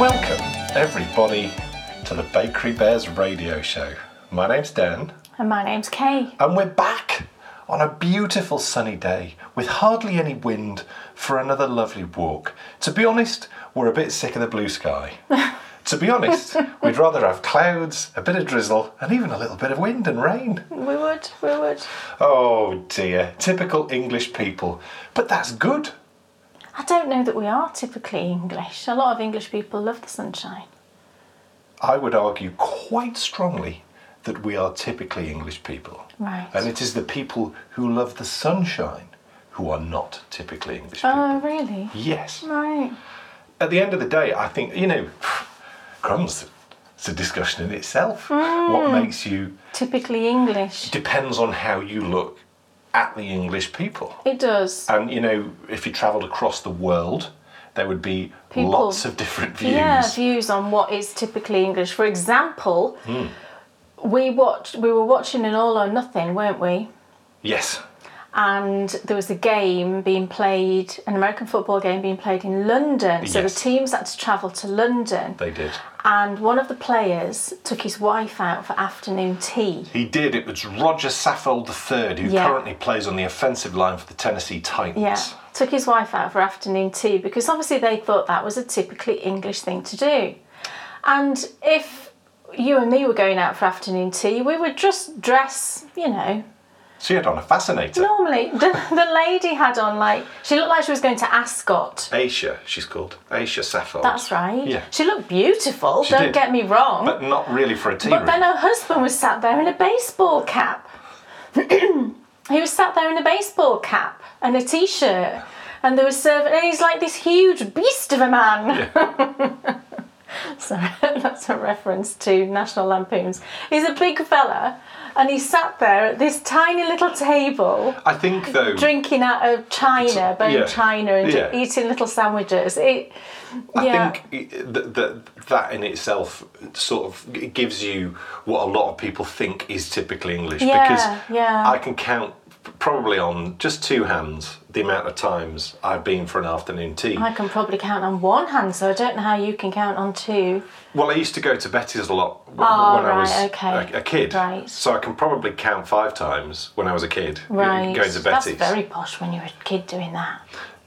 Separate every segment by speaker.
Speaker 1: Welcome, everybody, to the Bakery Bears radio show. My name's Dan,
Speaker 2: And my name's Kay.
Speaker 1: and we're back on a beautiful sunny day with hardly any wind for another lovely walk. To be honest, we're a bit sick of the blue sky. to be honest, we'd rather have clouds, a bit of drizzle, and even a little bit of wind and rain.
Speaker 2: We would, we would.
Speaker 1: Oh dear, typical English people. But that's good.
Speaker 2: I don't know that we are typically English. A lot of English people love the sunshine.
Speaker 1: I would argue quite strongly that we are typically English people.
Speaker 2: Right.
Speaker 1: And it is the people who love the sunshine who are not typically English
Speaker 2: Oh,
Speaker 1: people.
Speaker 2: really?
Speaker 1: Yes.
Speaker 2: Right.
Speaker 1: At the end of the day, I think, you know, crumbs, it's a discussion in itself.
Speaker 2: Hmm.
Speaker 1: What makes you
Speaker 2: Typically English.
Speaker 1: depends on how you look at the English people.
Speaker 2: It does.
Speaker 1: And, you know, if you travelled across the world, there would be
Speaker 2: People-
Speaker 1: lots of different views.
Speaker 2: Yeah, views on what is typically English. For example,
Speaker 1: Hmm.
Speaker 2: we watched we were watching an all or nothing, weren't we?
Speaker 1: Yes.
Speaker 2: and there was a game being played, an American football game being played in London. So
Speaker 1: Yes.
Speaker 2: the teams had to travel to London,
Speaker 1: They did.
Speaker 2: and one of the players took his wife out for afternoon tea.
Speaker 1: He did. It was Roger Saffold III, who
Speaker 2: Yeah.
Speaker 1: currently plays on the offensive line for the Tennessee Titans.
Speaker 2: Yeah, took his wife out for afternoon tea because obviously they thought that was a typically English thing to do. And if you and me were going out for afternoon tea, we would just dress, you know,
Speaker 1: She had on a fascinator.
Speaker 2: normally. The, the lady had on like, she looked like she was going to Ascot.
Speaker 1: Aisha, she's called. Aisha Saffold.
Speaker 2: That's right.
Speaker 1: Yeah.
Speaker 2: She looked beautiful, don't
Speaker 1: did.
Speaker 2: get me wrong.
Speaker 1: But not really for a tea
Speaker 2: But
Speaker 1: room.
Speaker 2: then her husband was sat there in a baseball cap. he was sat there in a baseball cap and a t shirt. And there was serving, and he's like this huge beast of a man. Sorry, that's a reference to National Lampoons. He's a big fella, and he sat there at this tiny little table,
Speaker 1: I think, though,
Speaker 2: drinking out of china, bone
Speaker 1: yeah.
Speaker 2: china, and
Speaker 1: Yeah.
Speaker 2: eating little sandwiches. It,
Speaker 1: I
Speaker 2: yeah.
Speaker 1: think that, that that in itself sort of g- gives you what a lot of people think is typically English.
Speaker 2: Yeah,
Speaker 1: because
Speaker 2: yeah.
Speaker 1: I can count probably on just two hands the amount of times I've been for an afternoon tea.
Speaker 2: I can probably count on one hand, so I don't know how you can count on two.
Speaker 1: Well, I used to go to Betty's a lot w-
Speaker 2: Oh,
Speaker 1: when I was
Speaker 2: right, okay.
Speaker 1: a, a kid.
Speaker 2: Right.
Speaker 1: So I can probably count five times when I was a kid y-
Speaker 2: Right.
Speaker 1: going to
Speaker 2: That's
Speaker 1: Betty's.
Speaker 2: very posh when you were a kid doing that.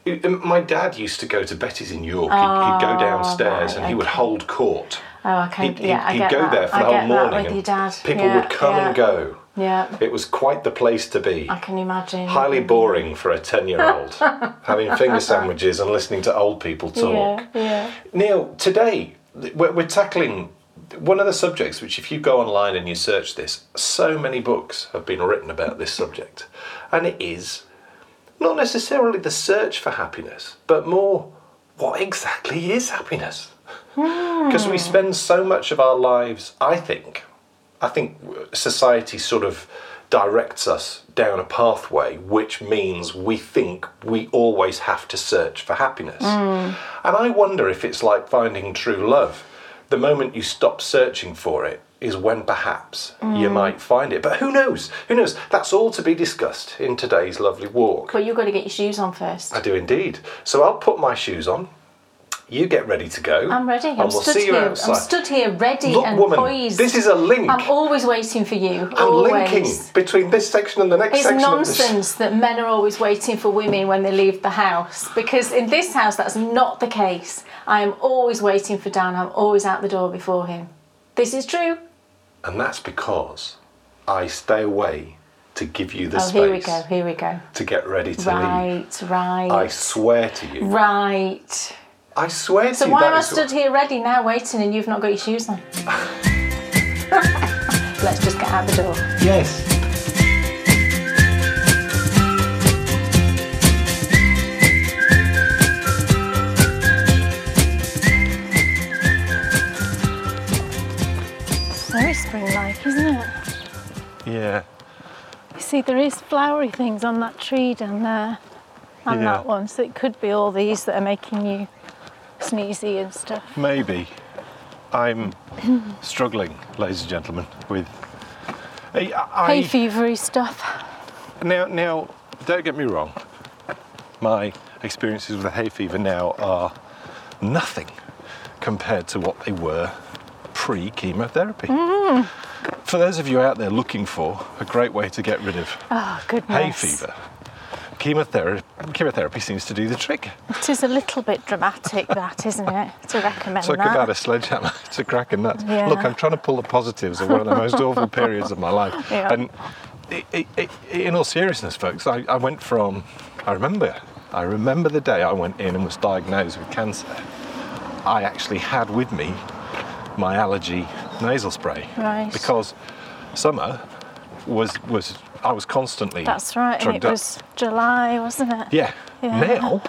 Speaker 1: It- um, My dad used to go to Betty's in York. He'd, he'd go downstairs
Speaker 2: Ah, right,
Speaker 1: and he would
Speaker 2: okay.
Speaker 1: hold court.
Speaker 2: Oh, I can.
Speaker 1: He'd,
Speaker 2: Yeah,
Speaker 1: he'd,
Speaker 2: I get
Speaker 1: he'd go
Speaker 2: that.
Speaker 1: there for
Speaker 2: I
Speaker 1: the whole
Speaker 2: get
Speaker 1: morning.
Speaker 2: that with
Speaker 1: and
Speaker 2: your dad.
Speaker 1: People
Speaker 2: Yeah,
Speaker 1: would come
Speaker 2: yeah.
Speaker 1: and go.
Speaker 2: Yeah,
Speaker 1: It was quite the place to be.
Speaker 2: I can imagine.
Speaker 1: Highly boring for a 10 year old, having finger sandwiches and listening to old people talk.
Speaker 2: Yeah, yeah.
Speaker 1: Neil, today th- we're, we're tackling one of the subjects which, if you go online and you search this, so many books have been written about this subject. And it is not necessarily the search for happiness, but more what exactly is happiness? Because we spend so much of our lives, I think, I think w- society sort of directs us down a pathway which means we think we always have to search for happiness. And I wonder if it's like finding true love. The moment you stop searching for it is when perhaps you might find it. But who knows? Who knows? That's all to be discussed in today's lovely walk.
Speaker 2: But you've got to get your shoes on first.
Speaker 1: I do indeed. So I'll put my shoes on. You get ready to go.
Speaker 2: I'm ready.
Speaker 1: And
Speaker 2: I'm
Speaker 1: we'll
Speaker 2: stood
Speaker 1: see you
Speaker 2: here.
Speaker 1: outside.
Speaker 2: I'm stood here, ready
Speaker 1: Look,
Speaker 2: and
Speaker 1: woman,
Speaker 2: poised.
Speaker 1: this is a link.
Speaker 2: I'm always waiting for you.
Speaker 1: I'm
Speaker 2: always.
Speaker 1: linking between this section and the next
Speaker 2: It's
Speaker 1: section. of this-
Speaker 2: nonsense that men are always waiting for women when they leave the house because in this house that's not the case. I am always waiting for Dan. I'm always out the door before him. This is true.
Speaker 1: And that's because I stay away to give you the
Speaker 2: Oh,
Speaker 1: space
Speaker 2: here we go. Here we go.
Speaker 1: to get ready to leave.
Speaker 2: Right, right,
Speaker 1: I swear to you.
Speaker 2: right.
Speaker 1: I swear to
Speaker 2: So
Speaker 1: you.
Speaker 2: why
Speaker 1: that
Speaker 2: am I
Speaker 1: is-
Speaker 2: stood here ready now, waiting, and you've not got your shoes on? Let's just get out the door.
Speaker 1: Yes.
Speaker 2: It's very spring-like, isn't it?
Speaker 1: Yeah.
Speaker 2: You see, there is flowery things on that tree down there, and
Speaker 1: Yeah.
Speaker 2: that one. So it could be all these that are making you sneezy and stuff.
Speaker 1: Maybe. I'm struggling, ladies and gentlemen, with. I,
Speaker 2: Hay fevery stuff.
Speaker 1: Now, now, don't get me wrong. My experiences with hay fever now are nothing compared to what they were pre chemotherapy. For those of you out there looking for a great way to get rid of
Speaker 2: Oh, goodness.
Speaker 1: hay fever, chemotherapy, chemotherapy seems to do the trick.
Speaker 2: It is a little bit dramatic, that, isn't it? To recommend
Speaker 1: Talk
Speaker 2: that.
Speaker 1: about a sledgehammer to crack a nut.
Speaker 2: Yeah.
Speaker 1: Look, I'm trying to pull the positives of one of the most awful periods of my life.
Speaker 2: Yeah.
Speaker 1: And i i i in all seriousness, folks, I, I went from, I remember, I remember the day I went in and was diagnosed with cancer. I actually had with me my allergy nasal spray
Speaker 2: Right.
Speaker 1: because summer was was I was constantly
Speaker 2: That's right, and
Speaker 1: drugged
Speaker 2: it
Speaker 1: up.
Speaker 2: was July, wasn't it?
Speaker 1: yeah.
Speaker 2: Yeah.
Speaker 1: Now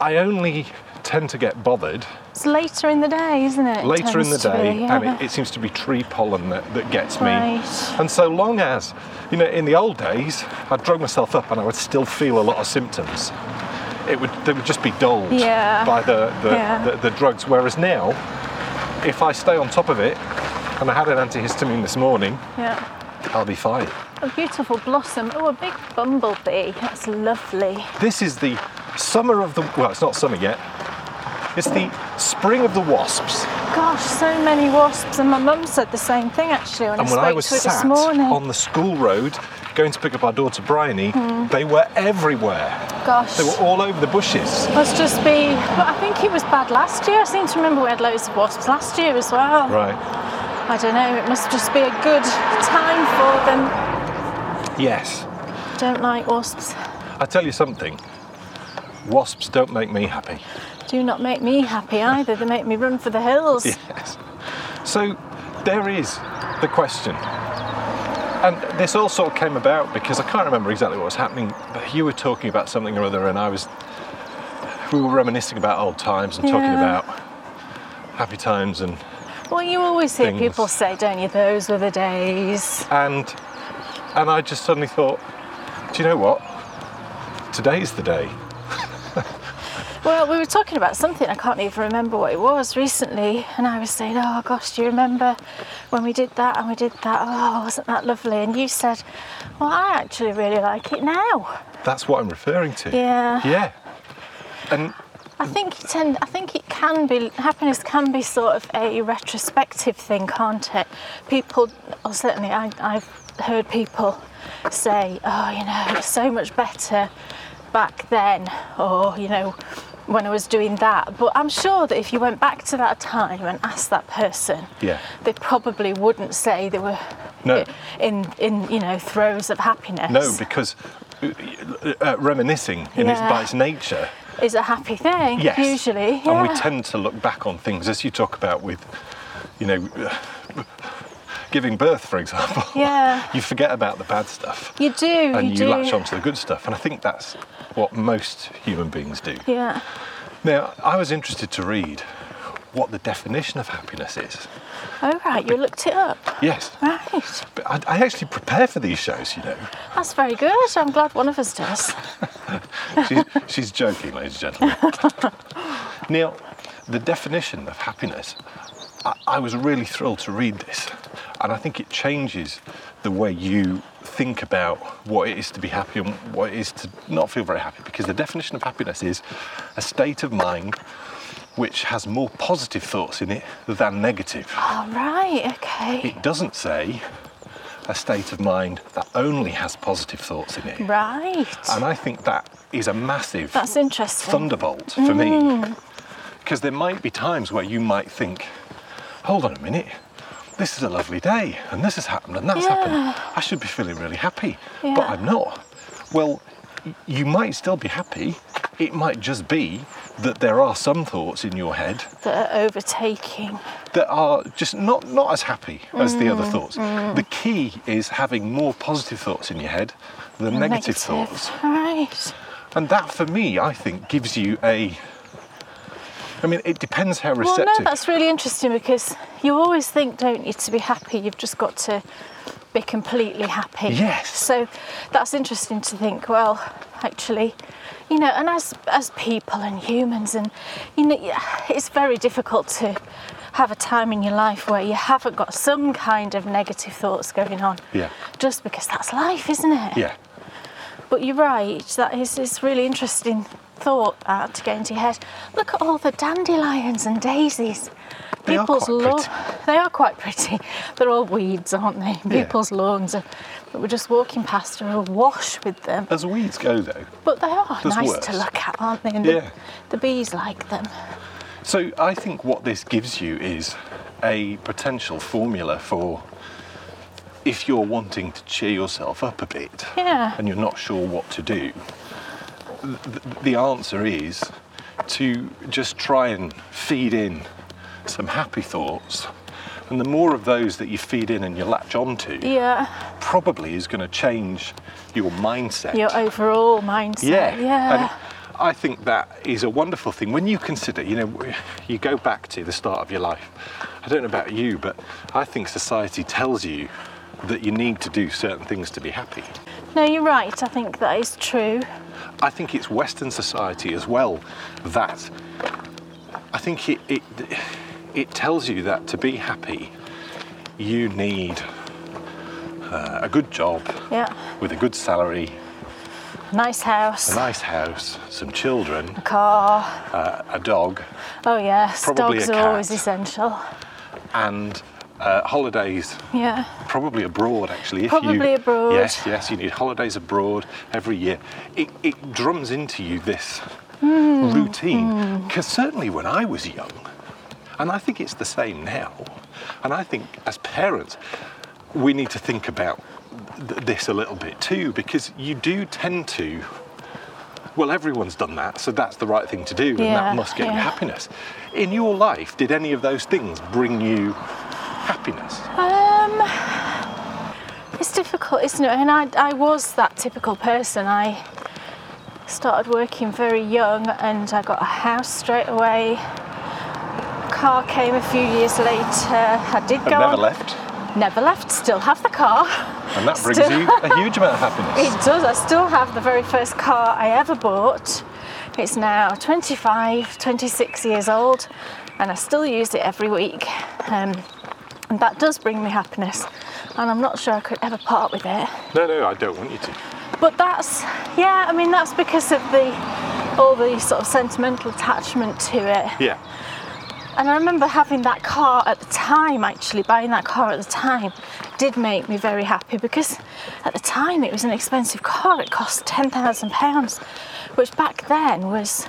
Speaker 1: I only tend to get bothered
Speaker 2: It's later in the day, isn't it? It
Speaker 1: later in the
Speaker 2: tends to be,
Speaker 1: day,
Speaker 2: yeah.
Speaker 1: and it, it seems to be tree pollen that, that gets me.
Speaker 2: Right.
Speaker 1: And so long as, you know, in the old days, I'd drug myself up and I would still feel a lot of symptoms. It would they would just be dulled
Speaker 2: Yeah.
Speaker 1: by the the,
Speaker 2: Yeah.
Speaker 1: the the drugs. Whereas now, if I stay on top of it, and I had an antihistamine this morning,
Speaker 2: yeah.
Speaker 1: I'll be fine.
Speaker 2: A beautiful blossom. Oh, a big bumblebee. That's lovely.
Speaker 1: This is the summer of the well, it's not summer yet. It's the spring of the wasps.
Speaker 2: Gosh, so many wasps, and my mum said the same thing actually when I
Speaker 1: And when
Speaker 2: spoke
Speaker 1: I was
Speaker 2: to her
Speaker 1: sat
Speaker 2: this morning.
Speaker 1: on the school road going to pick up our daughter Bryony, they were everywhere.
Speaker 2: Gosh,
Speaker 1: They were all over the bushes.
Speaker 2: must just be. But I think it was bad last year. I seem to remember we had loads of wasps last year as well.
Speaker 1: Right.
Speaker 2: I don't know. It must just be a good time for them.
Speaker 1: Yes.
Speaker 2: Don't like wasps.
Speaker 1: I tell you something. Wasps don't make me happy.
Speaker 2: Do not make me happy either. They make me run for the hills.
Speaker 1: Yes. So there is the question. And this all sort of came about because I can't remember exactly what was happening, but you were talking about something or other, and I was. We were reminiscing about old times and talking
Speaker 2: Yeah.
Speaker 1: about happy times and
Speaker 2: Well, you always hear
Speaker 1: Things.
Speaker 2: people say, don't you? Those were the days.
Speaker 1: and and I just suddenly thought, do you know what? Today's the day.
Speaker 2: Well, we were talking about something, I can't even remember what it was recently, and I was saying, Oh gosh, do you remember when we did that and we did that? Oh, wasn't that lovely? And you said, Well, I actually really like it now.
Speaker 1: That's what I'm referring to.
Speaker 2: Yeah.
Speaker 1: Yeah. And
Speaker 2: I think it tend, I think it can be happiness can be sort of a retrospective thing, can't it? People, or certainly I, I've heard people say, "Oh, you know, it was so much better back then," or you know, when I was doing that. But I'm sure that if you went back to that time and asked that person,
Speaker 1: Yeah.
Speaker 2: they probably wouldn't say they were
Speaker 1: No.
Speaker 2: in in you know throes of happiness.
Speaker 1: no, because uh, uh, reminiscing in its
Speaker 2: Yeah.
Speaker 1: by its nature,
Speaker 2: is a happy thing
Speaker 1: yes,
Speaker 2: usually.
Speaker 1: and we
Speaker 2: yeah.
Speaker 1: tend to look back on things as you talk about with, you know. Uh, Giving birth, for example,
Speaker 2: Yeah.
Speaker 1: you forget about the bad stuff
Speaker 2: you do,
Speaker 1: and
Speaker 2: you
Speaker 1: you
Speaker 2: do.
Speaker 1: latch onto the good stuff, and I think that's what most human beings do.
Speaker 2: Yeah.
Speaker 1: Now, I was interested to read what the definition of happiness is.
Speaker 2: Oh right, you looked it up.
Speaker 1: Yes,
Speaker 2: Right.
Speaker 1: but I, I actually prepare for these shows, you know.
Speaker 2: That's very good. I'm glad one of us does.
Speaker 1: She's, she's joking, ladies and gentlemen. now, the definition of happiness, I, I was really thrilled to read this, and I think it changes the way you think about what it is to be happy and what it is to not feel very happy, because the definition of happiness is a state of mind which has more positive thoughts in it than negative.
Speaker 2: All right. Okay.
Speaker 1: It doesn't say a state of mind that only has positive thoughts in it.
Speaker 2: Right.
Speaker 1: And I think that is a massive
Speaker 2: That's Mm. interesting.
Speaker 1: thunderbolt for me. Because there might be times where you might think, hold on a minute, this is a lovely day, and this has happened, and that's
Speaker 2: Yeah.
Speaker 1: happened. I should be feeling really happy, but
Speaker 2: Yeah.
Speaker 1: I'm not. Well, y- you might still be happy. It might just be that there are some thoughts in your head
Speaker 2: That are overtaking.
Speaker 1: that are just not, not as happy as the
Speaker 2: Mm,
Speaker 1: other thoughts. The key is having more positive thoughts in your head than negative thoughts.
Speaker 2: Right.
Speaker 1: And that for me, I think, gives you a. I mean, it depends how receptive.
Speaker 2: Well, no, that's really interesting because you always think, don't you, to be happy, you've just got to be completely happy.
Speaker 1: Yes.
Speaker 2: So that's interesting to think. Well, actually, you know, and as as people and humans, and you know, yeah, it's very difficult to have a time in your life where you haven't got some kind of negative thoughts going on.
Speaker 1: Yeah.
Speaker 2: Just because that's life, isn't it?
Speaker 1: yeah.
Speaker 2: But you're right. That is, it's really interesting thought that to go into your head. Look at all the dandelions and daisies.
Speaker 1: They are
Speaker 2: People's
Speaker 1: quite
Speaker 2: lawns. They are quite pretty. They're all weeds, aren't they?
Speaker 1: Yeah.
Speaker 2: People's lawns are, that we're just walking past are awash with them.
Speaker 1: As weeds go, though.
Speaker 2: But they are
Speaker 1: There's
Speaker 2: nice
Speaker 1: worse.
Speaker 2: to look at, aren't they? And
Speaker 1: Yeah.
Speaker 2: the, the bees like them.
Speaker 1: So I think what this gives you is a potential formula for if you're wanting to cheer yourself up a bit
Speaker 2: Yeah.
Speaker 1: and you're not sure what to do. th- The answer is to just try and feed in some happy thoughts. And the more of those that you feed in and you latch onto,
Speaker 2: Yeah.
Speaker 1: probably is going to change your mindset.
Speaker 2: Your overall mindset.
Speaker 1: Yeah.
Speaker 2: Yeah.
Speaker 1: And I think that is a wonderful thing. When you consider, you know, you go back to the start of your life. I don't know about you, but I think society tells you that you need to do certain things to be happy.
Speaker 2: no, you're right. I think that is true.
Speaker 1: I think it's Western society as well that I think it, it, it tells you that to be happy, you need uh, a good job
Speaker 2: Yeah.
Speaker 1: with a good salary,
Speaker 2: Nice house.
Speaker 1: a nice house, some children,
Speaker 2: car.
Speaker 1: uh, a dog,
Speaker 2: Oh yes,
Speaker 1: Probably
Speaker 2: dogs
Speaker 1: a
Speaker 2: are always
Speaker 1: cat.
Speaker 2: essential.
Speaker 1: and uh, holidays,
Speaker 2: Yeah.
Speaker 1: probably abroad actually. If
Speaker 2: Probably
Speaker 1: you,
Speaker 2: abroad.
Speaker 1: Yes, yes, you need holidays abroad every year. It, it drums into you this
Speaker 2: Hmm.
Speaker 1: routine. Because certainly when I was young, and I think it's the same now, and I think as parents, we need to think about th- this a little bit too, because you do tend to. Well, everyone's done that, so that's the right thing to do, and
Speaker 2: Yeah,
Speaker 1: that must get you
Speaker 2: yeah.
Speaker 1: happiness. In your life, did any of those things bring you happiness?
Speaker 2: Um, it's difficult, isn't it? And I, I was that typical person. I started working very young, and I got a house straight away. Car came a few years later. I did
Speaker 1: I've
Speaker 2: go
Speaker 1: never
Speaker 2: on.
Speaker 1: left.
Speaker 2: Never left. Still have the car.
Speaker 1: And that brings
Speaker 2: Still-
Speaker 1: you a huge amount of
Speaker 2: It
Speaker 1: happiness.
Speaker 2: does. I still have the very first car I ever bought. It's now 25, 26 years old, and I still use it every week. Um, and that does bring me happiness, and I'm not sure I could ever part with it.
Speaker 1: No, no, I don't want you to.
Speaker 2: But that's, yeah, I mean, that's because of the all the sort of sentimental attachment to it.
Speaker 1: Yeah.
Speaker 2: And I remember having that car at the time, actually, buying that car at the time did make me very happy because at the time it was an expensive car. It cost £10,000, which back then was,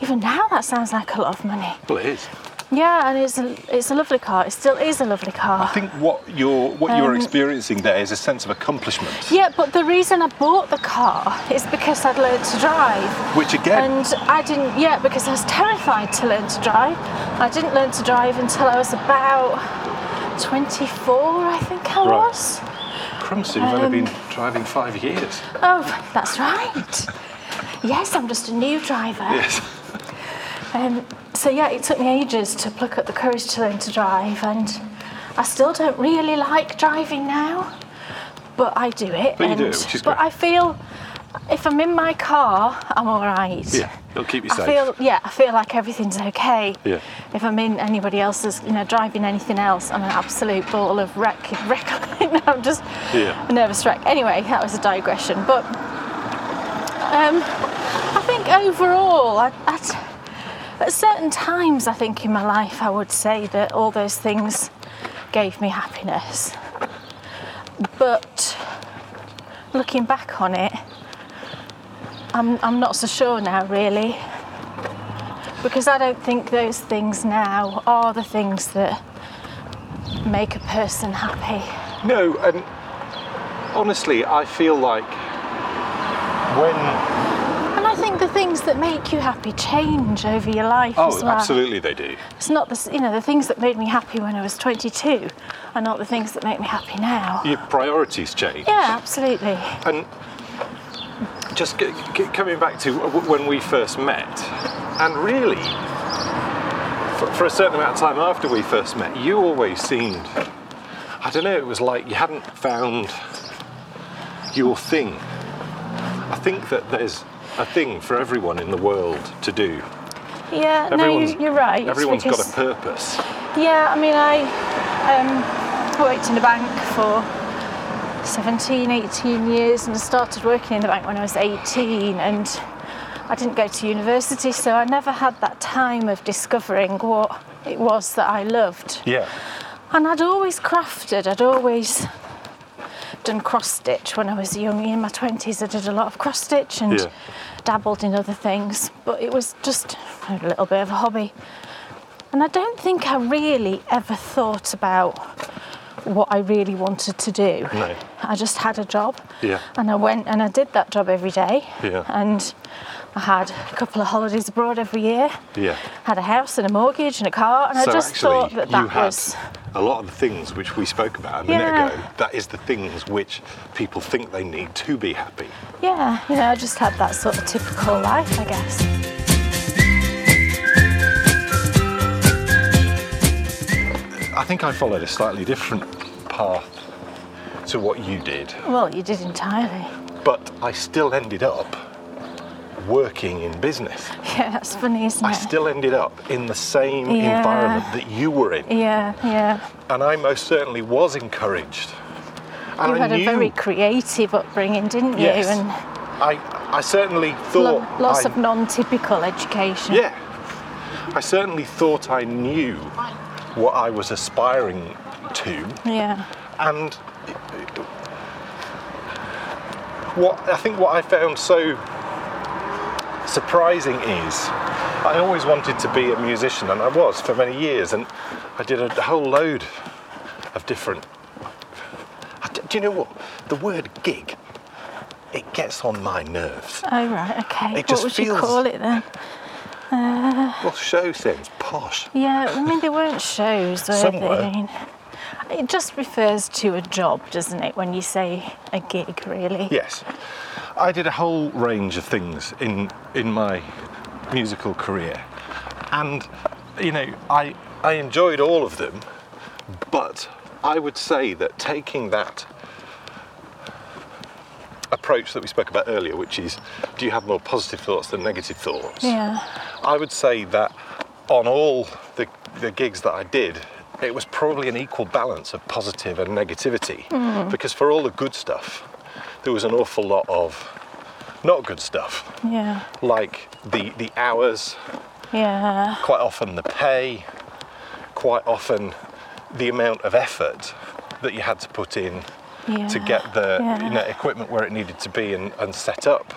Speaker 2: even now that sounds like a lot of money.
Speaker 1: Well, it is.
Speaker 2: Yeah, and it's a, it's a lovely car. It still is a lovely
Speaker 1: I
Speaker 2: car.
Speaker 1: think what you're what you're
Speaker 2: Um,
Speaker 1: experiencing there is a sense of accomplishment,
Speaker 2: Yeah, but the reason I bought the car is because I'd learned to drive.
Speaker 1: which again,
Speaker 2: And I didn't, yeah, because I was terrified to learn to drive. I didn't learn to drive until I was about 24, I think I
Speaker 1: Right.
Speaker 2: was.
Speaker 1: crumbs, you've only been driving five years.
Speaker 2: Oh, that's right. yes, I'm just a new driver.
Speaker 1: Yes.
Speaker 2: Um, so, yeah, it took me ages to pluck up the courage to learn to drive, and I still don't really like driving now, but I do it.
Speaker 1: But you do
Speaker 2: and-
Speaker 1: it, which is
Speaker 2: But
Speaker 1: great.
Speaker 2: I feel if I'm in my car, I'm all right.
Speaker 1: Yeah, it'll keep you
Speaker 2: I
Speaker 1: safe.
Speaker 2: feel yeah, I feel like everything's okay.
Speaker 1: Yeah.
Speaker 2: If I'm in anybody else's, you know, driving anything else, I'm an absolute ball of wreck. wreck I'm just
Speaker 1: Yeah.
Speaker 2: a nervous wreck. Anyway, that was a digression. But um, I think overall, I, at, at certain times, I think in my life, I would say that all those things gave me happiness. But looking back on it, I'm, I'm not so sure now, really. Because I don't think those things now are the things that make a person happy.
Speaker 1: No, and honestly, I feel like when
Speaker 2: And I think the things that make you happy change over your life
Speaker 1: oh,
Speaker 2: as well.
Speaker 1: absolutely they do.
Speaker 2: It's not the, s- you know, the things that made me happy when I was 22 are not the things that make me happy now.
Speaker 1: Your priorities change.
Speaker 2: Yeah, absolutely.
Speaker 1: And just c- c- coming back to w- when we first met, and really, for, for a certain amount of time after we first met, you always seemed, I don't know, it was like you hadn't found your thing. I think that there's a thing for everyone in the world to do.
Speaker 2: Yeah,
Speaker 1: Everyone's,
Speaker 2: no, you- you're right. It's
Speaker 1: Everyone's got a
Speaker 2: because-
Speaker 1: purpose.
Speaker 2: Yeah, I mean, I um, worked in a bank for 17, 18 years and started working in the bank when I was 18. And I didn't go to university, so I never had that time of discovering what it was that I loved.
Speaker 1: Yeah.
Speaker 2: And I'd always crafted, I'd always done cross stitch when I was young. In my 20s, I did a lot of cross stitch and
Speaker 1: Yeah.
Speaker 2: dabbled in other things, but it was just a little bit of a hobby. And I don't think I really ever thought about what I really wanted to do.
Speaker 1: No.
Speaker 2: I just had a job.
Speaker 1: Yeah.
Speaker 2: And I went and I did that job every day.
Speaker 1: Yeah.
Speaker 2: And I had a couple of holidays abroad every year.
Speaker 1: Yeah.
Speaker 2: Had a house and a mortgage and a car, and I
Speaker 1: so
Speaker 2: just
Speaker 1: actually,
Speaker 2: thought that
Speaker 1: you
Speaker 2: that
Speaker 1: had
Speaker 2: was
Speaker 1: a lot of the things which we spoke about a minute
Speaker 2: Yeah.
Speaker 1: ago. That is the things which people think they need to be happy.
Speaker 2: yeah, you know, I just had that sort of typical life, I guess.
Speaker 1: I think I followed a slightly different path to what you did,
Speaker 2: Well, you did entirely.
Speaker 1: but I still ended up working in business.
Speaker 2: Yeah, that's funny, isn't
Speaker 1: I
Speaker 2: it?
Speaker 1: still ended up in the same
Speaker 2: Yeah.
Speaker 1: environment that you were in.
Speaker 2: yeah, yeah.
Speaker 1: and I most certainly was encouraged. And
Speaker 2: You
Speaker 1: I
Speaker 2: had
Speaker 1: knew,
Speaker 2: a very creative upbringing, didn't you?
Speaker 1: yes,
Speaker 2: And
Speaker 1: I I certainly
Speaker 2: lo-
Speaker 1: thought
Speaker 2: lots
Speaker 1: I,
Speaker 2: of non-typical education.
Speaker 1: yeah, I certainly thought I knew what I was aspiring to,
Speaker 2: Yeah.
Speaker 1: and what I think what I found so surprising is I always wanted to be a musician, and I was for many years, and I did a whole load of different. I d- Do you know what the word gig? It gets on my nerves.
Speaker 2: Oh right, okay.
Speaker 1: It
Speaker 2: what
Speaker 1: just
Speaker 2: would you
Speaker 1: feels-
Speaker 2: call it then?
Speaker 1: Well, show things posh.
Speaker 2: Yeah, I mean they weren't shows, were
Speaker 1: Some
Speaker 2: they?
Speaker 1: were.
Speaker 2: I mean, it just refers to a job, doesn't it? When you say a gig, really.
Speaker 1: Yes, I did a whole range of things in in my musical career, and you know I I enjoyed all of them, but I would say that taking that approach that we spoke about earlier, which is do you have more positive thoughts than negative thoughts?
Speaker 2: Yeah.
Speaker 1: I would say that on all the, the gigs that I did, it was probably an equal balance of positive and negativity. Because for all the good stuff, there was an awful lot of not good stuff,
Speaker 2: Yeah.
Speaker 1: like the, the hours,
Speaker 2: Yeah.
Speaker 1: quite often the pay, quite often the amount of effort that you had to put in
Speaker 2: Yeah.
Speaker 1: to get the
Speaker 2: Yeah.
Speaker 1: you know, equipment where it needed to be and, and set up.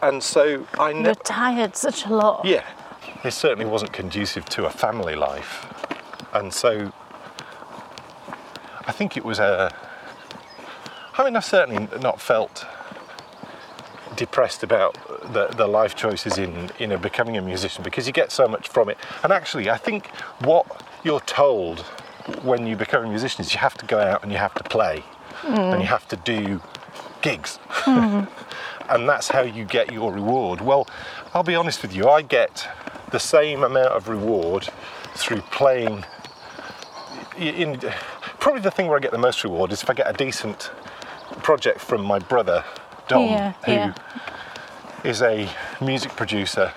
Speaker 1: And so I
Speaker 2: You're
Speaker 1: never.
Speaker 2: tired such a lot.
Speaker 1: Yeah, it certainly wasn't conducive to a family life, and so I think it was a. I mean, I've certainly not felt depressed about the, the life choices in you know becoming a musician because you get so much from it. And actually, I think what you're told when you become a musician is you have to go out and you have to play and you have to do gigs and that's how you get your reward. Well, I'll be honest with you, I get the same amount of reward through playing. In, probably the thing where I get the most reward is if I get a decent project from my brother Dom, who is
Speaker 2: Yeah, yeah.
Speaker 1: a music producer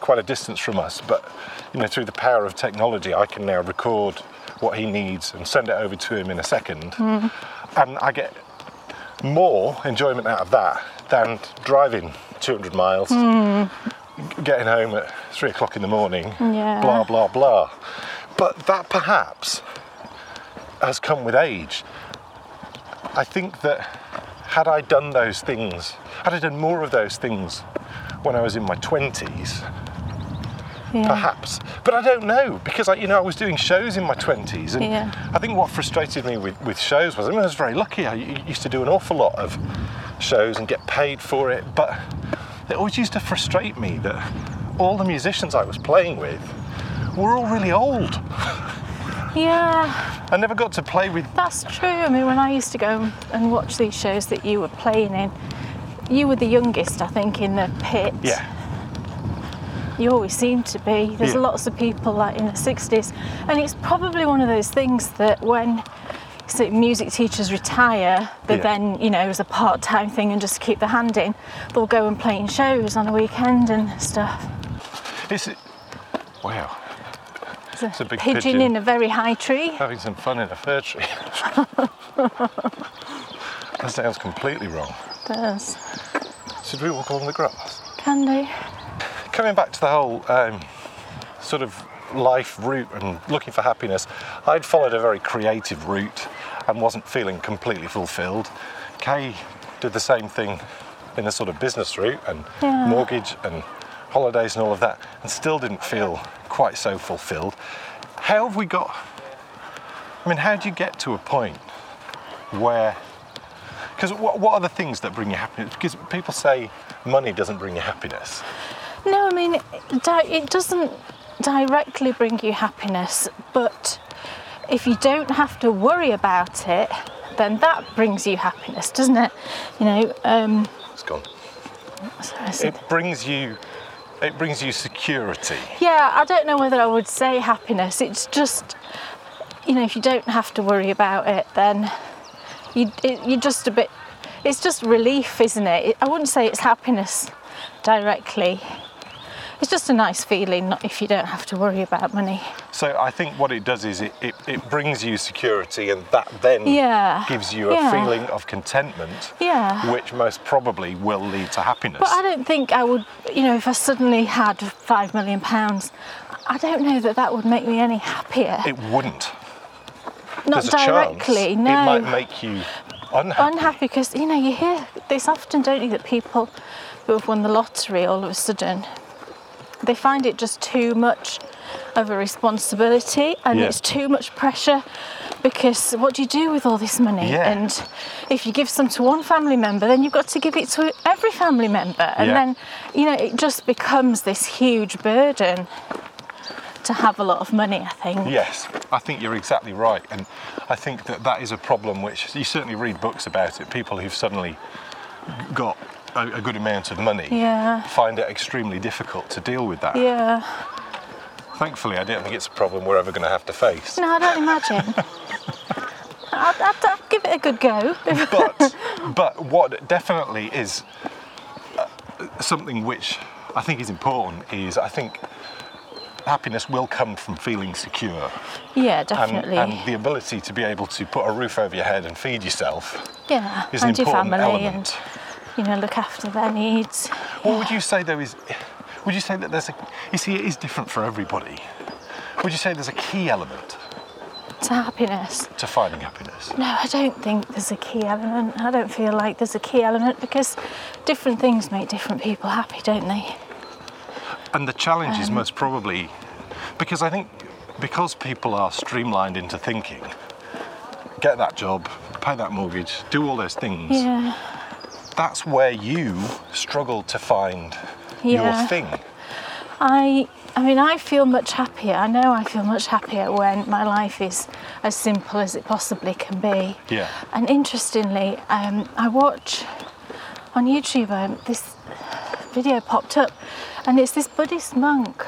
Speaker 1: quite a distance from us, but you know through the power of technology, I can now record what he needs and send it over to him in a second,
Speaker 2: Hmm.
Speaker 1: and I get more enjoyment out of that than driving 200 miles, g- getting home at three o'clock in the morning,
Speaker 2: Yeah.
Speaker 1: blah, blah, blah. But that perhaps has come with age. I think that had I done those things, had I done more of those things when I was in my 20s,
Speaker 2: Yeah.
Speaker 1: perhaps. But I don't know because I, you know, I was doing shows in my twenties, and
Speaker 2: Yeah.
Speaker 1: I think what frustrated me with, with shows was I, mean, I was very lucky. I u- used to do an awful lot of shows and get paid for it, but it always used to frustrate me that all the musicians I was playing with were all really old.
Speaker 2: Yeah,
Speaker 1: I never got to play with.
Speaker 2: that's true. I mean, when I used to go and watch these shows that you were playing in, you were the youngest, I think, in the pit.
Speaker 1: Yeah,
Speaker 2: You always seem to be. There's
Speaker 1: Yeah.
Speaker 2: lots of people like in the 60s, and it's probably one of those things that when so music teachers retire, they
Speaker 1: Yeah.
Speaker 2: then, you know, as a part-time thing and just to keep the hand in, they'll go and play in shows on a weekend and stuff.
Speaker 1: it's wow.
Speaker 2: There's a,
Speaker 1: It's a big
Speaker 2: pigeon,
Speaker 1: pigeon.
Speaker 2: in a very high tree.
Speaker 1: Having some fun in a fir tree. that sounds completely wrong.
Speaker 2: It does.
Speaker 1: Uh, Should we walk along the grass?
Speaker 2: Can do.
Speaker 1: Coming back to the whole um, sort of life route and looking for happiness, I'd followed a very creative route and wasn't feeling completely fulfilled. Kay did the same thing in a sort of business route and
Speaker 2: Yeah.
Speaker 1: mortgage and holidays and all of that, and still didn't feel quite so fulfilled. How have we got? I mean, how do you get to a point where? Because what, what are the things that bring you happiness? Because people say money doesn't bring you happiness.
Speaker 2: No, I mean, it di- it doesn't directly bring you happiness, but if you don't have to worry about it, then that brings you happiness, doesn't it? You know, um,
Speaker 1: It's gone.
Speaker 2: so I said-
Speaker 1: It brings you. It brings you security.
Speaker 2: yeah, I don't know whether I would say happiness. It's just, you know, if you don't have to worry about it, then you, it, you're just a bit, it's just relief, isn't it? It- I wouldn't say it's happiness directly. It's just a nice feeling not if you don't have to worry about money.
Speaker 1: So I think what it does is it, it, it brings you security, and that then
Speaker 2: Yeah,
Speaker 1: gives you a
Speaker 2: yeah.
Speaker 1: feeling of contentment,
Speaker 2: Yeah.
Speaker 1: which most probably will lead to happiness.
Speaker 2: But I don't think I would, you know, if I suddenly had five million pounds, I don't know that that would make me any happier.
Speaker 1: it wouldn't.
Speaker 2: Not
Speaker 1: There's a
Speaker 2: directly,
Speaker 1: chance
Speaker 2: no.
Speaker 1: It might make you unhappy.
Speaker 2: Unhappy because, you know, you hear this often, don't you, that people who have won the lottery all of a sudden, they find it just too much of a responsibility and
Speaker 1: Yeah.
Speaker 2: it's too much pressure because what do you do with all this money?
Speaker 1: Yeah.
Speaker 2: And if you give some to one family member, then you've got to give it to every family member. And
Speaker 1: Yeah.
Speaker 2: then, you know, it just becomes this huge burden to have a lot of money, I think.
Speaker 1: Yes, I think you're exactly right, and I think that that is a problem which you certainly read books about it. People who've suddenly got a, a good amount of money
Speaker 2: Yeah.
Speaker 1: find it extremely difficult to deal with that.
Speaker 2: yeah.
Speaker 1: Thankfully, I don't think it's a problem we're ever going to have to face.
Speaker 2: No, I don't imagine. I'd, I'd, I'd give it a good go.
Speaker 1: but but what definitely is uh, something which I think is important is I think happiness will come from feeling secure
Speaker 2: yeah,
Speaker 1: and,
Speaker 2: definitely.
Speaker 1: and the ability to be able to put a roof over your head and feed yourself
Speaker 2: yeah,
Speaker 1: is
Speaker 2: and
Speaker 1: an
Speaker 2: your
Speaker 1: important
Speaker 2: family,
Speaker 1: element.
Speaker 2: and you know, look after their needs.
Speaker 1: What would you say though is would you say that there's a you see it is different for everybody. Would you say there's a key element
Speaker 2: To happiness.
Speaker 1: to finding happiness?
Speaker 2: No, I don't think there's a key element. I don't feel like there's a key element because different things make different people happy, don't they?
Speaker 1: And the challenge is most probably because I think because people are streamlined into thinking, get that job, pay that mortgage, do all those things,
Speaker 2: Yeah.
Speaker 1: that's where you struggle to find
Speaker 2: Yeah.
Speaker 1: your thing.
Speaker 2: I I mean I feel much happier. I know I feel much happier when my life is as simple as it possibly can be.
Speaker 1: Yeah.
Speaker 2: And interestingly, um, I watch on YouTube um, this video popped up, and it's this Buddhist monk,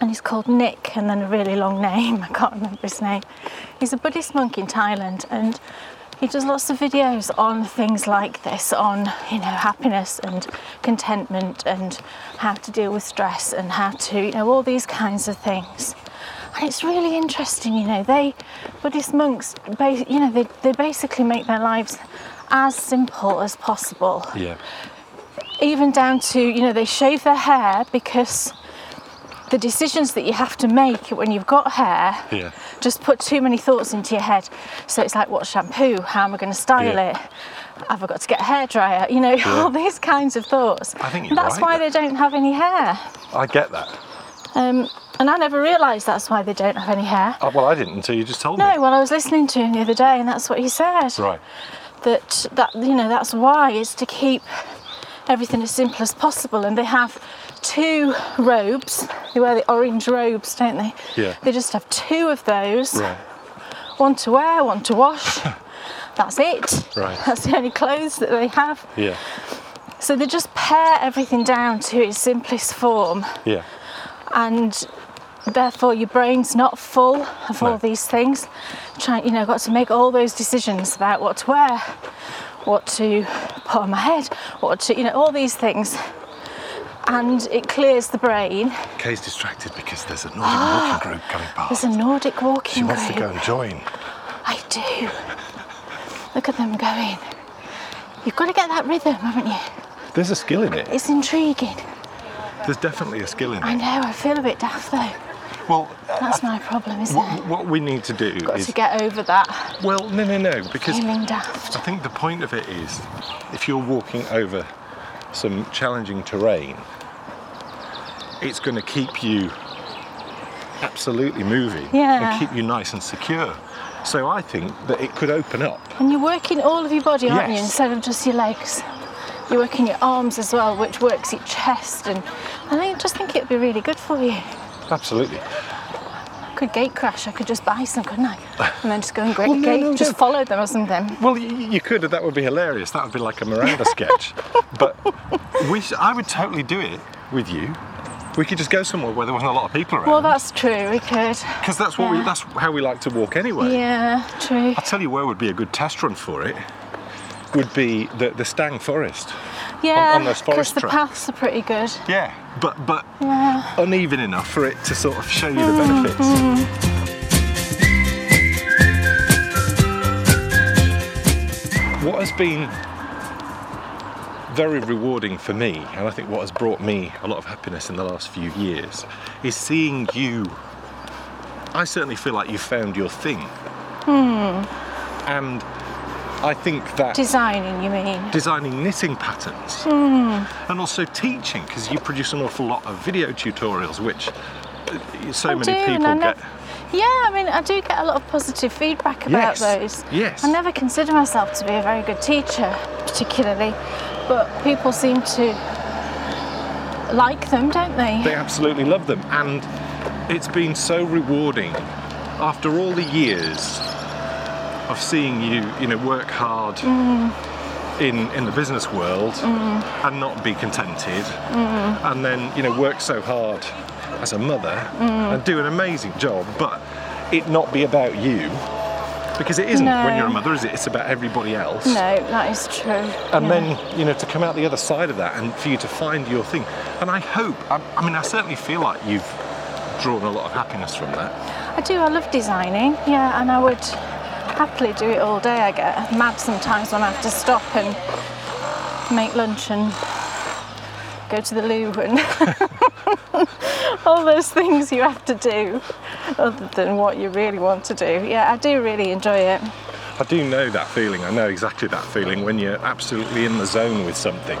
Speaker 2: and he's called Nick, and then a really long name. I can't remember his name. He's a Buddhist monk in Thailand, and he does lots of videos on things like this, on you know happiness and contentment, and how to deal with stress, and how to you know all these kinds of things. And it's really interesting, you know. They Buddhist monks, ba- you know, they, they basically make their lives as simple as possible
Speaker 1: Yeah.
Speaker 2: even down to you know they shave their hair because the decisions that you have to make when you've got hair
Speaker 1: Yeah.
Speaker 2: just put too many thoughts into your head so it's like what shampoo how am i going to style
Speaker 1: Yeah.
Speaker 2: it have i got to get a hairdryer you know all these kinds of thoughts
Speaker 1: I think you're
Speaker 2: that's
Speaker 1: right
Speaker 2: why
Speaker 1: there.
Speaker 2: they don't have any hair
Speaker 1: I get that.
Speaker 2: um, and i never realised that's why they don't have any hair
Speaker 1: Uh, well, I didn't until you just told
Speaker 2: no
Speaker 1: me.
Speaker 2: well i was listening to him the other day and that's what he said
Speaker 1: Right.
Speaker 2: that that you know that's why is to keep everything as simple as possible and they have two robes they wear the orange robes don't they
Speaker 1: Yeah.
Speaker 2: they just have two of those
Speaker 1: Right.
Speaker 2: one to wear one to wash that's it
Speaker 1: Right.
Speaker 2: that's the only clothes that they have
Speaker 1: Yeah.
Speaker 2: so they just pare everything down to its simplest form
Speaker 1: Yeah.
Speaker 2: and therefore your brain's not full of
Speaker 1: No.
Speaker 2: all these things. Trying, you know, got to make all those decisions about what to wear, what to put on my head, what to, you know, all these things. And it clears the brain.
Speaker 1: Kay's distracted because there's a Nordic walking group coming
Speaker 2: Ah, There's
Speaker 1: past.
Speaker 2: a Nordic
Speaker 1: She
Speaker 2: walking
Speaker 1: wants
Speaker 2: group.
Speaker 1: to go and join.
Speaker 2: I do. Look at them going. You've got to get that rhythm, haven't you?
Speaker 1: There's a skill in it.
Speaker 2: It's intriguing.
Speaker 1: There's definitely a skill in
Speaker 2: I
Speaker 1: it.
Speaker 2: know, I feel a bit daft though.
Speaker 1: Well, uh,
Speaker 2: That's my problem, isn't it?
Speaker 1: what, what we need to do
Speaker 2: Got
Speaker 1: is
Speaker 2: to get over that
Speaker 1: well, no, no, no, because
Speaker 2: feeling daft.
Speaker 1: I think the point of it is if you're walking over some challenging terrain, it's going to keep you absolutely moving
Speaker 2: Yeah.
Speaker 1: and keep you nice and secure. So I think that it could open up.
Speaker 2: And you're working all of your body, aren't you,
Speaker 1: Yes.
Speaker 2: instead of just your legs? You're working your arms as well, which works your chest. And I think, just think it'd be really good for you.
Speaker 1: Absolutely.
Speaker 2: I could gate crash. I could just buy some, couldn't I? And then just go and great
Speaker 1: Well, no,
Speaker 2: gate,
Speaker 1: no,
Speaker 2: just
Speaker 1: no.
Speaker 2: follow them or something.
Speaker 1: Well, y- you could. That would be hilarious. That would be like a Miranda sketch. But we, sh- I would totally do it with you. We could just go somewhere where there wasn't a lot of people
Speaker 2: Well,
Speaker 1: around.
Speaker 2: that's true. We could.
Speaker 1: Because that's what we,
Speaker 2: yeah.
Speaker 1: that's how we like to walk anyway.
Speaker 2: Yeah, true.
Speaker 1: I'll tell you where would be a good test run for it would be the, the Stang Forest.
Speaker 2: Yeah,
Speaker 1: on those forest
Speaker 2: the
Speaker 1: tracks.
Speaker 2: paths are pretty good.
Speaker 1: Yeah. But but
Speaker 2: Yeah.
Speaker 1: uneven enough for it to sort of show you the benefits. What has been very rewarding for me, and I think what has brought me a lot of happiness in the last few years, is seeing you. I certainly feel like you found your thing. And I think that
Speaker 2: Designing, you mean?
Speaker 1: designing knitting patterns
Speaker 2: Hmm.
Speaker 1: and also teaching because you produce an awful lot of video tutorials which uh, so many
Speaker 2: and
Speaker 1: people get
Speaker 2: nev- Yeah, I mean, I do get a lot of positive feedback about
Speaker 1: Yes,
Speaker 2: those.
Speaker 1: yes.
Speaker 2: I never consider myself to be a very good teacher, particularly, but people seem to like them, don't they?
Speaker 1: they absolutely love them and it's been so rewarding after all the years of seeing you you know work hard
Speaker 2: Mm.
Speaker 1: in in the business world and not be contented
Speaker 2: Mm.
Speaker 1: and then you know work so hard as a mother
Speaker 2: Mm.
Speaker 1: and do an amazing job but it not be about you because it isn't when
Speaker 2: No.
Speaker 1: you're a mother is it it's about everybody else
Speaker 2: No, that is true.
Speaker 1: and
Speaker 2: yeah.
Speaker 1: then you know to come out the other side of that and for you to find your thing and i hope i, I mean i certainly feel like you've drawn a lot of happiness from that
Speaker 2: I do. I love designing. Yeah, and I would happily do it all day. I get mad sometimes when I have to stop and make lunch and go to the loo and all those things you have to do other than what you really want to do. Yeah, I do really enjoy it.
Speaker 1: i do know that feeling i know exactly that feeling when you're absolutely in the zone with something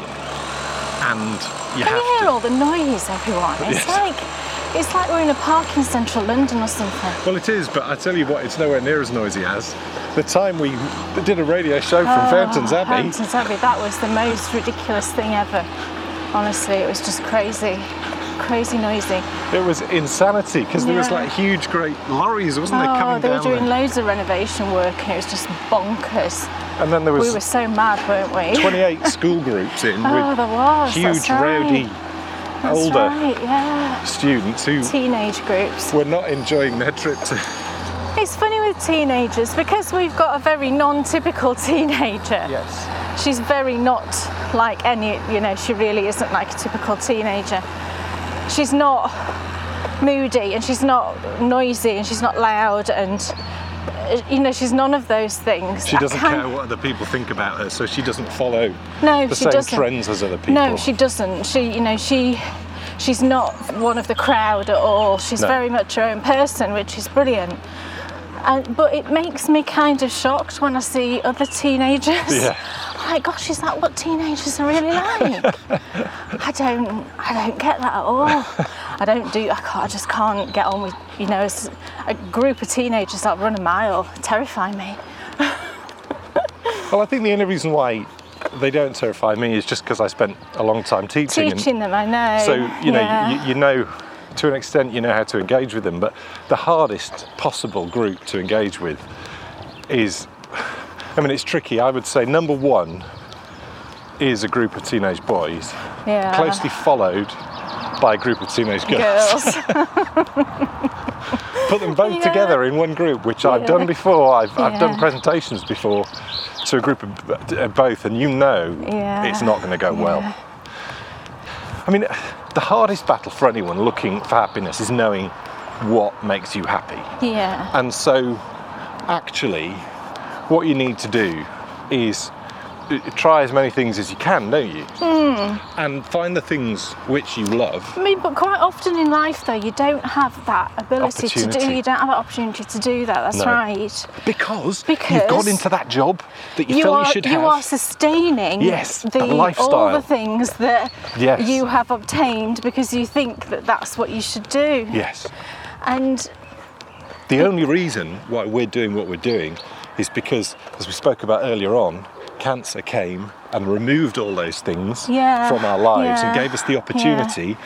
Speaker 1: and you
Speaker 2: Can Oh, you
Speaker 1: have
Speaker 2: hear
Speaker 1: to
Speaker 2: all the noise, everyone? It's
Speaker 1: Yes.
Speaker 2: like it's like we're in a park in central London or something.
Speaker 1: well it is but i tell you what it's nowhere near as noisy as the time we did a radio show from fountains
Speaker 2: Oh,
Speaker 1: abbey
Speaker 2: Fountains Abbey, that was the most ridiculous thing ever. Honestly, it was just crazy, crazy noisy.
Speaker 1: it was insanity because there was
Speaker 2: Yeah.
Speaker 1: like huge great lorries wasn't there
Speaker 2: oh,
Speaker 1: coming
Speaker 2: they were
Speaker 1: down
Speaker 2: doing
Speaker 1: there?
Speaker 2: loads of renovation work and it was just bonkers.
Speaker 1: and then there was
Speaker 2: We were so mad, weren't we?
Speaker 1: 28 school groups in
Speaker 2: Oh,
Speaker 1: with
Speaker 2: there was,
Speaker 1: huge
Speaker 2: that's right.
Speaker 1: rowdy
Speaker 2: That's
Speaker 1: older
Speaker 2: right, yeah.
Speaker 1: students who
Speaker 2: Teenage groups.
Speaker 1: were not enjoying their trip to
Speaker 2: It's funny with teenagers because we've got a very non-typical teenager.
Speaker 1: yes
Speaker 2: she's very not like any you know she really isn't like a typical teenager she's not moody and she's not noisy and she's not loud and uh, you know she's none of those things
Speaker 1: she
Speaker 2: I
Speaker 1: doesn't
Speaker 2: can-
Speaker 1: care what other people think about her so she doesn't follow
Speaker 2: No,
Speaker 1: the
Speaker 2: she
Speaker 1: same
Speaker 2: doesn't.
Speaker 1: trends as other people
Speaker 2: no she doesn't she you know she she's not one of the crowd at all she's
Speaker 1: No.
Speaker 2: very much her own person which is brilliant and, but it makes me kind of shocked when I see other teenagers.
Speaker 1: Yeah.
Speaker 2: I'm like, gosh, is that what teenagers are really like? I don't, I don't get that at all. I don't do, I, can't, I just can't get on with, you know, as a group of teenagers that run a mile terrify me.
Speaker 1: well i think the only reason why they don't terrify me is just because i spent a long time teaching, and
Speaker 2: Teaching them, I know.
Speaker 1: so you know
Speaker 2: Um, yeah.
Speaker 1: you, you know to an extent you know how to engage with them but the hardest possible group to engage with is i mean it's tricky i would say number one is a group of teenage boys
Speaker 2: yeah.
Speaker 1: closely followed by a group of teenage girls.
Speaker 2: girls.
Speaker 1: Put them both
Speaker 2: Yeah.
Speaker 1: together in one group, which I've
Speaker 2: Yeah.
Speaker 1: done before. I've, I've done
Speaker 2: Yeah.
Speaker 1: presentations before to a group of b- uh, both, and you know
Speaker 2: Yeah.
Speaker 1: it's not going to go
Speaker 2: Yeah.
Speaker 1: well. I mean, the hardest battle for anyone looking for happiness is knowing what makes you happy.
Speaker 2: yeah.
Speaker 1: And so, actually, what you need to do is y- you try as many things as you can, don't you?
Speaker 2: Hmm.
Speaker 1: And find the things which you love.
Speaker 2: I mean, but quite often in life, though, you don't have that ability to do.
Speaker 1: Opportunity.
Speaker 2: You don't have that opportunity to do that. That's
Speaker 1: No.
Speaker 2: right.
Speaker 1: Because, you've
Speaker 2: Because
Speaker 1: got into that job that you,
Speaker 2: You
Speaker 1: felt
Speaker 2: are
Speaker 1: you should have.
Speaker 2: are sustaining
Speaker 1: Yes,
Speaker 2: the
Speaker 1: that lifestyle.
Speaker 2: all the things that
Speaker 1: Yes.
Speaker 2: you have obtained because you think that that's what you should do.
Speaker 1: yes.
Speaker 2: And
Speaker 1: The only reason why we're doing what we're doing is because, as we spoke about earlier on, cancer came and removed all those things
Speaker 2: Yeah,
Speaker 1: from our lives and
Speaker 2: yeah,
Speaker 1: gave us the opportunity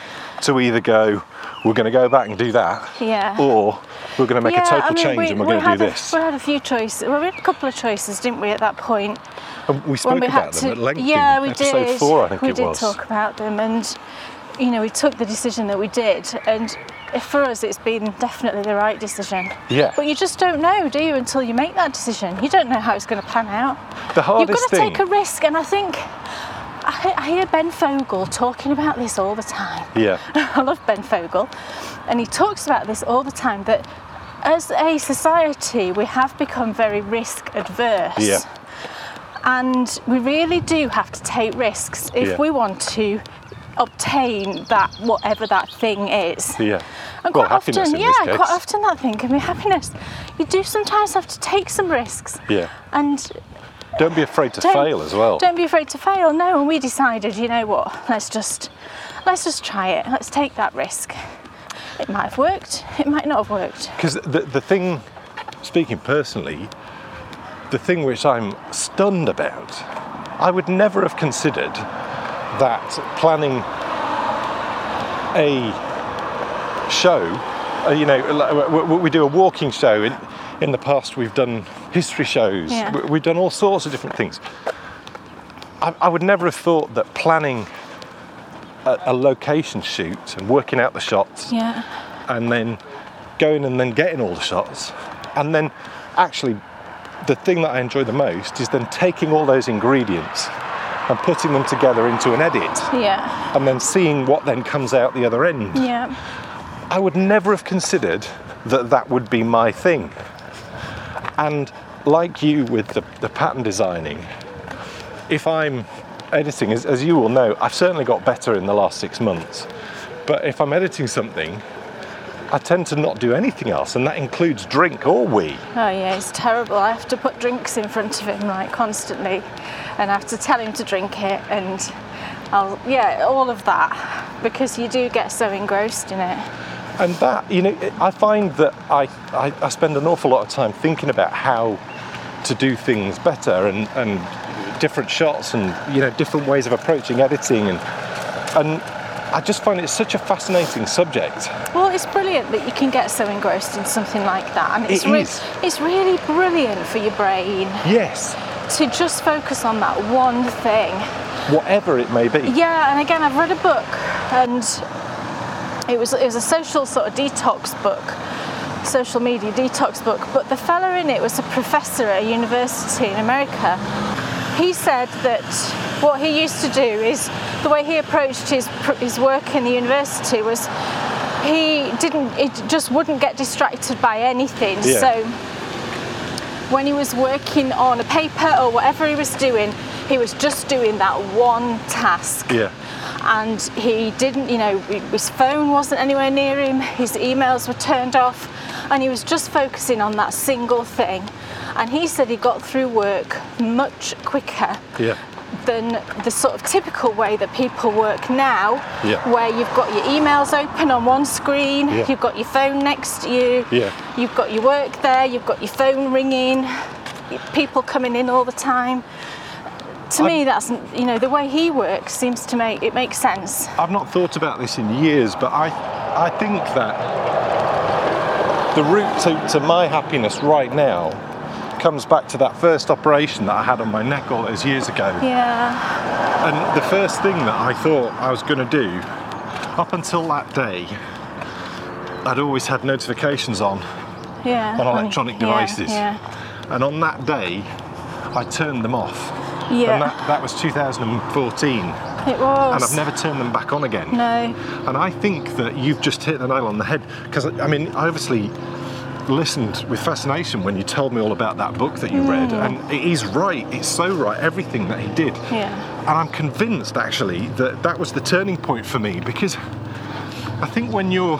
Speaker 1: to either go, we're going to go back and do that,
Speaker 2: Yeah.
Speaker 1: or we're going to make
Speaker 2: yeah,
Speaker 1: a total
Speaker 2: I mean,
Speaker 1: change
Speaker 2: we,
Speaker 1: and we're
Speaker 2: we
Speaker 1: going to do
Speaker 2: had a-
Speaker 1: this.
Speaker 2: We had a few choices. Well, we had a couple of choices, didn't we, at that point?
Speaker 1: And we spoke
Speaker 2: we
Speaker 1: about them at length
Speaker 2: yeah,
Speaker 1: in
Speaker 2: we
Speaker 1: episode
Speaker 2: did.
Speaker 1: four, I think
Speaker 2: we
Speaker 1: it
Speaker 2: did
Speaker 1: was.
Speaker 2: talk about them, and you know, we took the decision that we did, and for us, it's been definitely the right decision.
Speaker 1: Yeah.
Speaker 2: But you just don't know, do you, until you make that decision? You don't know how it's going to pan out.
Speaker 1: The
Speaker 2: You've
Speaker 1: hardest
Speaker 2: got to
Speaker 1: thing.
Speaker 2: take a risk, and I think. I he- I hear Ben Fogel talking about this all the time.
Speaker 1: yeah,
Speaker 2: I love Ben Fogel, and he talks about this all the time that as a society we have become very risk adverse.
Speaker 1: Yeah.
Speaker 2: And we really do have to take risks if
Speaker 1: Yeah.
Speaker 2: we want to obtain that whatever that thing is.
Speaker 1: yeah.
Speaker 2: And
Speaker 1: well,
Speaker 2: quite
Speaker 1: happiness
Speaker 2: often,
Speaker 1: in
Speaker 2: yeah,
Speaker 1: this case.
Speaker 2: quite often that thing can be happiness. You do sometimes have to take some risks.
Speaker 1: Yeah.
Speaker 2: And
Speaker 1: Don't be afraid to
Speaker 2: don't-
Speaker 1: fail as well.
Speaker 2: Don't be afraid to fail. No, and we decided, you know what? Let's just let's just try it. Let's take that risk. It might have worked. It might not have worked.
Speaker 1: Because the, the thing, speaking personally, the thing which I'm stunned about, I would never have considered that planning a show, uh, you know, like, w- w- we do a walking show. In, in the past, we've done history shows,
Speaker 2: Yeah.
Speaker 1: W- we've done all sorts of different things. I, I would never have thought that planning a, a location shoot and working out the shots
Speaker 2: Yeah.
Speaker 1: and then going and then getting all the shots. And then actually, the thing that I enjoy the most is then taking all those ingredients and putting them together into an edit
Speaker 2: Yeah.
Speaker 1: and then seeing what then comes out the other end.
Speaker 2: Yeah.
Speaker 1: I would never have considered that that would be my thing. And like you with the, the pattern designing, if I'm editing, as, as you will know, I've certainly got better in the last six months. But if I'm editing something, I tend to not do anything else, and that includes drink or wee.
Speaker 2: Oh yeah, it's terrible. I have to put drinks in front of him like constantly, and I have to tell him to drink it, and I'll yeah, all of that because you do get so engrossed in it.
Speaker 1: And that, you know, I find that I, I, I spend an awful lot of time thinking about how to do things better and, and different shots and, you know, different ways of approaching editing. And, and I just find it such a fascinating subject.
Speaker 2: Well, it's brilliant that you can get so engrossed in something like that, and it's
Speaker 1: It
Speaker 2: re-
Speaker 1: is.
Speaker 2: it's really brilliant for your brain.
Speaker 1: Yes,
Speaker 2: to just focus on that one thing.
Speaker 1: whatever it may be.
Speaker 2: Yeah, and again, I've read a book, and it was it was a social sort of detox book, social media detox book. But the fella in it was a professor at a university in America. He said that what he used to do is the way he approached his pr- his work in the university was he didn't it just wouldn't get distracted by anything.
Speaker 1: Yeah.
Speaker 2: So when he was working on a paper or whatever he was doing, he was just doing that one task.
Speaker 1: Yeah.
Speaker 2: And he didn't, you know, his phone wasn't anywhere near him, his emails were turned off, and he was just focusing on that single thing. And he said he got through work much quicker
Speaker 1: Yeah.
Speaker 2: than the sort of typical way that people work now,
Speaker 1: Yeah.
Speaker 2: where you've got your emails open on one screen,
Speaker 1: Yeah.
Speaker 2: you've got your phone next to you,
Speaker 1: Yeah.
Speaker 2: you've got your work there, you've got your phone ringing, people coming in all the time. To me, that's you know the way he works seems to make it makes sense.
Speaker 1: I've not thought about this in years, but I, I think that the route to, to my happiness right now comes back to that first operation that I had on my neck all those years ago.
Speaker 2: Yeah,
Speaker 1: And the first thing that I thought I was going to do, up until that day, I'd always had notifications on,
Speaker 2: yeah.
Speaker 1: On electronic
Speaker 2: yeah,
Speaker 1: devices.
Speaker 2: Yeah,
Speaker 1: and on that day, I turned them off.
Speaker 2: yeah.
Speaker 1: And that, that was 2014, and
Speaker 2: it was.
Speaker 1: I've never turned them back on again.
Speaker 2: No.
Speaker 1: And I think that you've just hit the nail on the head because I mean, obviously, listened with fascination when you told me all about that book that
Speaker 2: Mm.
Speaker 1: you read, and he's right. It's so right. Everything that he did.
Speaker 2: Yeah.
Speaker 1: And I'm convinced actually that that was the turning point for me because I think when you're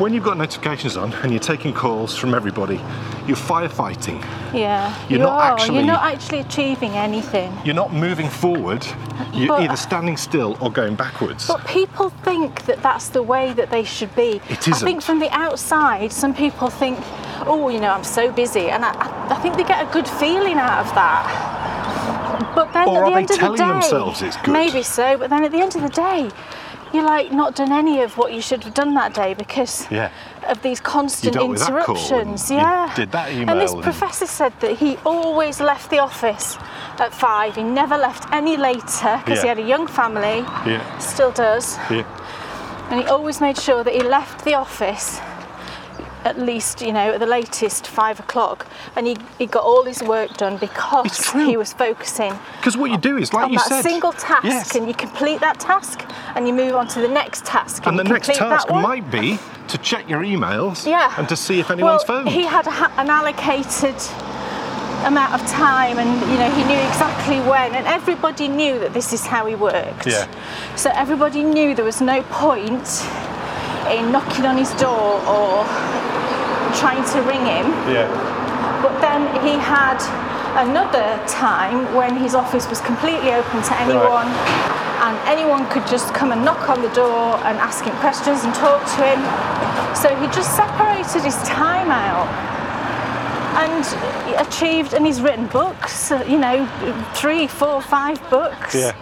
Speaker 1: when you've got notifications on and you're taking calls from everybody, you're firefighting.
Speaker 2: Yeah.
Speaker 1: You're
Speaker 2: you
Speaker 1: not
Speaker 2: are.
Speaker 1: actually-
Speaker 2: You're not actually achieving anything.
Speaker 1: You're not moving forward. You're
Speaker 2: But-
Speaker 1: either standing still or going backwards.
Speaker 2: But people think that that's the way that they should be.
Speaker 1: It
Speaker 2: I think
Speaker 1: isn't.
Speaker 2: from the outside, some people think, oh, you know, I'm so busy. And I, I think they get a good feeling out of that. But then
Speaker 1: Or
Speaker 2: at
Speaker 1: are
Speaker 2: the
Speaker 1: they
Speaker 2: end of the
Speaker 1: telling
Speaker 2: day,
Speaker 1: themselves it's good?
Speaker 2: maybe so, but then at the end of the day, you're like not done any of what you should have done that day because
Speaker 1: Yeah.
Speaker 2: of these constant
Speaker 1: dealt with that call and
Speaker 2: interruptions.
Speaker 1: you
Speaker 2: yeah.
Speaker 1: did that
Speaker 2: And this
Speaker 1: email and-
Speaker 2: professor said that he always left the office at five. He never left any later because he
Speaker 1: Yeah.
Speaker 2: had a young family.
Speaker 1: Yeah.
Speaker 2: Still does
Speaker 1: Yeah.
Speaker 2: and he always made sure that he left the office at least, you know, at the latest five o'clock, and he, he got all his work done
Speaker 1: It's
Speaker 2: because
Speaker 1: true.
Speaker 2: he was focusing
Speaker 1: Because what you do is, like
Speaker 2: on
Speaker 1: you
Speaker 2: that
Speaker 1: said,
Speaker 2: single task,
Speaker 1: Yes.
Speaker 2: and you complete that task, and you move on to the next task,
Speaker 1: And the
Speaker 2: you
Speaker 1: next
Speaker 2: complete
Speaker 1: task
Speaker 2: that one.
Speaker 1: might be to check your emails
Speaker 2: yeah,
Speaker 1: and to see if anyone's
Speaker 2: well,
Speaker 1: phoned.
Speaker 2: He had a, ha- an allocated amount of time, and you know, he knew exactly when, and everybody knew that this is how he worked.
Speaker 1: Yeah.
Speaker 2: So everybody knew there was no point in knocking on his door or trying to ring him.
Speaker 1: yeah.
Speaker 2: But then he had another time when his office was completely open to anyone. And anyone could just come and knock on the door and ask him questions and talk to him. So he just separated his time out and achieved, and he's written books, you know, three, four, five books
Speaker 1: Yeah.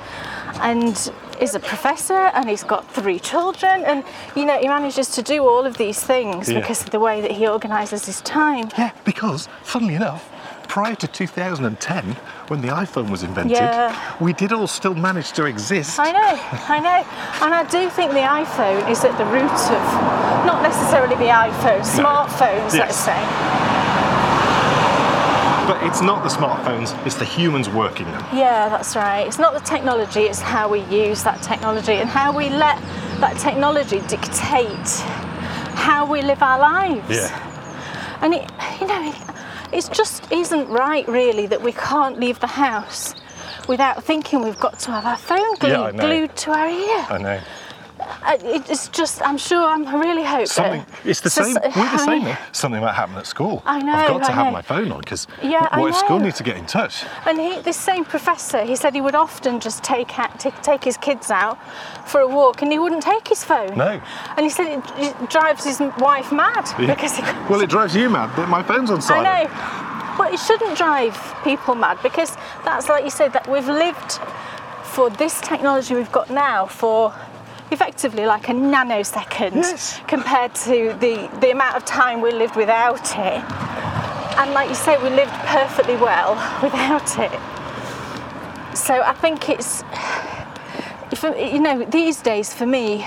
Speaker 2: and is a professor and he's got three children and you know he manages to do all of these things
Speaker 1: Yeah.
Speaker 2: because of the way that he organises his time
Speaker 1: Yeah, because funnily enough, prior to 2010, when the iPhone was invented,
Speaker 2: Yeah.
Speaker 1: we did all still manage to exist.
Speaker 2: I know, I know. And I do think the iPhone is at the root of, not necessarily the iPhone,
Speaker 1: Yes.
Speaker 2: smartphones, let's say.
Speaker 1: But it's not the smartphones, it's the humans working them.
Speaker 2: Yeah, that's right. It's not the technology, it's how we use that technology and how we let that technology dictate how we live our lives. And it, you know, it, it just isn't right, really, that we can't leave the house without thinking we've got to have our phone glued,
Speaker 1: Yeah, I know.
Speaker 2: glued to our ear.
Speaker 1: I know.
Speaker 2: I- Uh, it- It's just, I'm sure, I'm, I really hope
Speaker 1: Something,
Speaker 2: that.
Speaker 1: it's the
Speaker 2: Uh, so-
Speaker 1: same, we're the
Speaker 2: I mean,
Speaker 1: same. eh? Something might happen at school.
Speaker 2: I know,
Speaker 1: I've got to
Speaker 2: I
Speaker 1: have
Speaker 2: know.
Speaker 1: my phone on because
Speaker 2: Yeah, I
Speaker 1: what if school
Speaker 2: know.
Speaker 1: needs to get in touch?
Speaker 2: And he, this same professor, he said he would often just take, out, take take his kids out for a walk, and he wouldn't take his phone.
Speaker 1: No.
Speaker 2: And he said it, it drives his wife mad
Speaker 1: Yeah.
Speaker 2: because he can't
Speaker 1: Well, it drives you mad that my phone's on silent.
Speaker 2: I know. But it shouldn't drive people mad because that's like you said that we've lived for this technology we've got now for effectively like a nanosecond
Speaker 1: Yes.
Speaker 2: compared to the, the amount of time we lived without it. And like you say, we lived perfectly well without it. So I think it's, for, you know, these days for me,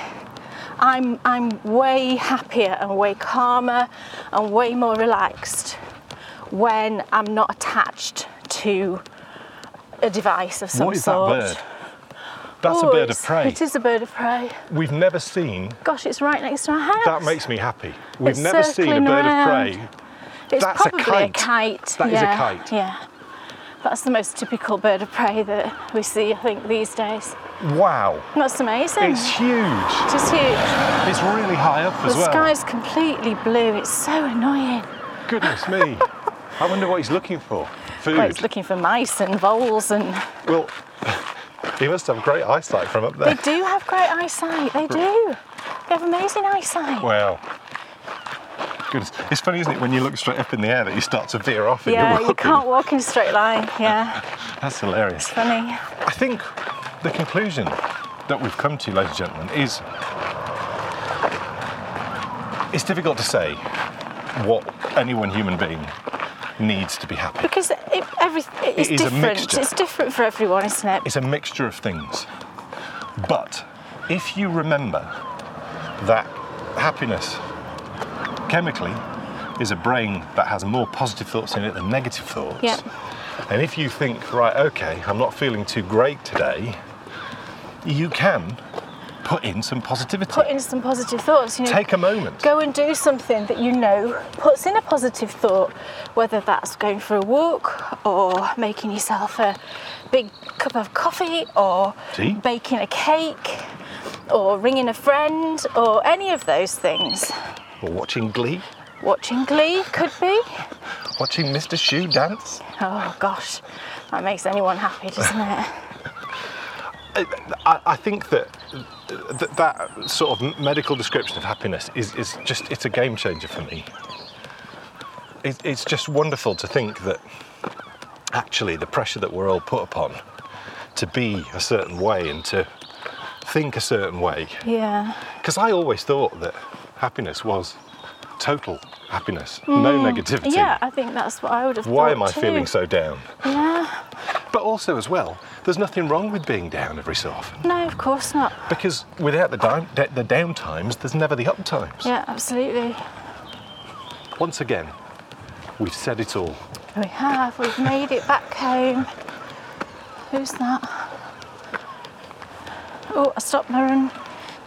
Speaker 2: I'm I'm way happier and way calmer and way more relaxed when I'm not attached to a device of some
Speaker 1: What is that
Speaker 2: sort.
Speaker 1: bird? That's
Speaker 2: Oh,
Speaker 1: a bird of
Speaker 2: it's-
Speaker 1: prey.
Speaker 2: It is a bird of prey.
Speaker 1: We've never seen
Speaker 2: Gosh, it's right next to our house.
Speaker 1: That makes me happy. We've
Speaker 2: It's
Speaker 1: never seen a
Speaker 2: circling
Speaker 1: bird
Speaker 2: around.
Speaker 1: of prey.
Speaker 2: it's
Speaker 1: that's a
Speaker 2: probably
Speaker 1: kite. That
Speaker 2: That
Speaker 1: is
Speaker 2: is
Speaker 1: a kite.
Speaker 2: Yeah. That's the most typical bird of prey that we see, I think, these days.
Speaker 1: Wow,
Speaker 2: That's amazing.
Speaker 1: it's huge.
Speaker 2: just huge.
Speaker 1: It's really high up as
Speaker 2: the
Speaker 1: well.
Speaker 2: sky's completely blue. It's so annoying.
Speaker 1: Goodness me. I wonder what he's looking for. Food.
Speaker 2: Well, it's looking for mice and voles, and
Speaker 1: well, he must have great eyesight from up
Speaker 2: they
Speaker 1: there.
Speaker 2: do have great eyesight. They do. They have amazing eyesight.
Speaker 1: Wow. Goodness. It's funny, isn't it, when you look straight up in the air that you start to veer off and
Speaker 2: yeah,
Speaker 1: you're
Speaker 2: you
Speaker 1: walking.
Speaker 2: can't walk in a straight line. Yeah,
Speaker 1: That's hilarious.
Speaker 2: funny.
Speaker 1: I think the conclusion that we've come to, ladies and gentlemen, is it's difficult to say what any one human being needs to be happy.
Speaker 2: Because it, every, it's
Speaker 1: is a
Speaker 2: different.
Speaker 1: mixture.
Speaker 2: it's different for everyone, isn't it?
Speaker 1: It's a mixture of things. But if you remember that happiness chemically is a brain that has more positive thoughts in it than negative thoughts.
Speaker 2: Yeah.
Speaker 1: And if you think, right, okay, I'm not feeling too great today, you can put in some positivity.
Speaker 2: Put in some positive thoughts. You know,
Speaker 1: Take a moment.
Speaker 2: go and do something that you know puts in a positive thought, whether that's going for a walk or making yourself a big cup of coffee or
Speaker 1: Tea?
Speaker 2: baking a cake or ringing a friend or any of those things.
Speaker 1: Or watching Glee,
Speaker 2: Watching Glee could be.
Speaker 1: watching Mr. Shoe dance.
Speaker 2: Oh gosh, that makes anyone happy, doesn't it?
Speaker 1: I, I think that, that that sort of medical description of happiness is, is just it's a game changer for me. It, it's just wonderful to think that actually the pressure that we're all put upon to be a certain way and to think a certain way.
Speaker 2: Yeah.
Speaker 1: Because I always thought that happiness was total happiness, no negativity.
Speaker 2: Mm, Yeah, I think that's what I would have thought.
Speaker 1: Why am I
Speaker 2: too.
Speaker 1: feeling so down?
Speaker 2: Yeah.
Speaker 1: But also, as well, there's nothing wrong with being down every so often.
Speaker 2: No, of course not.
Speaker 1: Because without the down, de- the down times, there's never the up times.
Speaker 2: Yeah, absolutely.
Speaker 1: Once again, we've said it all.
Speaker 2: We have. We've made it back home. Who's that? Oh, I stopped my run.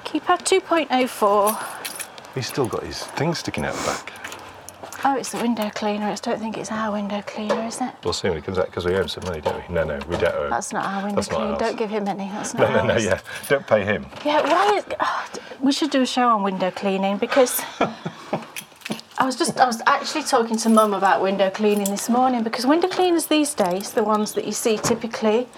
Speaker 2: Keypad 2.04.
Speaker 1: He's still got his thing sticking out the back.
Speaker 2: Oh, it's the window cleaner. I don't think it's our window cleaner, is it?
Speaker 1: We'll see when he comes out because we owe him some money, don't we? No, no, we don't owe him.
Speaker 2: That's not our window
Speaker 1: That's not
Speaker 2: cleaner.
Speaker 1: ours.
Speaker 2: Don't give him any. That's
Speaker 1: no,
Speaker 2: not
Speaker 1: no, no,
Speaker 2: ours.
Speaker 1: yeah. Don't pay him.
Speaker 2: Yeah, why is. Oh, d- we should do a show on window cleaning because. I was just, I was actually talking to mum about window cleaning this morning because window cleaners these days, the ones that you see typically,